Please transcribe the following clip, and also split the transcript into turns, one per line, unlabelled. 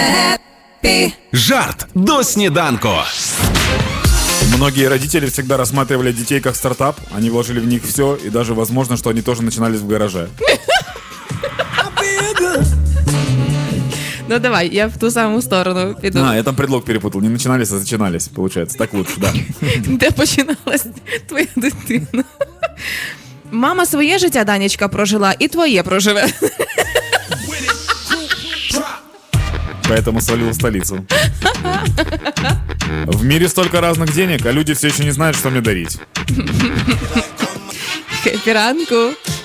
Happy.
Жарт до сніданку.
Многие родители всегда рассматривали детей как стартап, они вложили в них все, и даже возможно, что они тоже начинались в гараже.
Ну давай, я в ту саму сторону піду.
А, я там предлог перепутал. Не начинались, а зачинались, получается. Так лучше, да.
Де починалась твоя дитина? Мама своє життя, Данечка, прожила, і твоє проживе.
Поэтому свалил в столицу. В мире столько разных денег, а люди все еще не знают, что мне дарить.
Хепі ранку.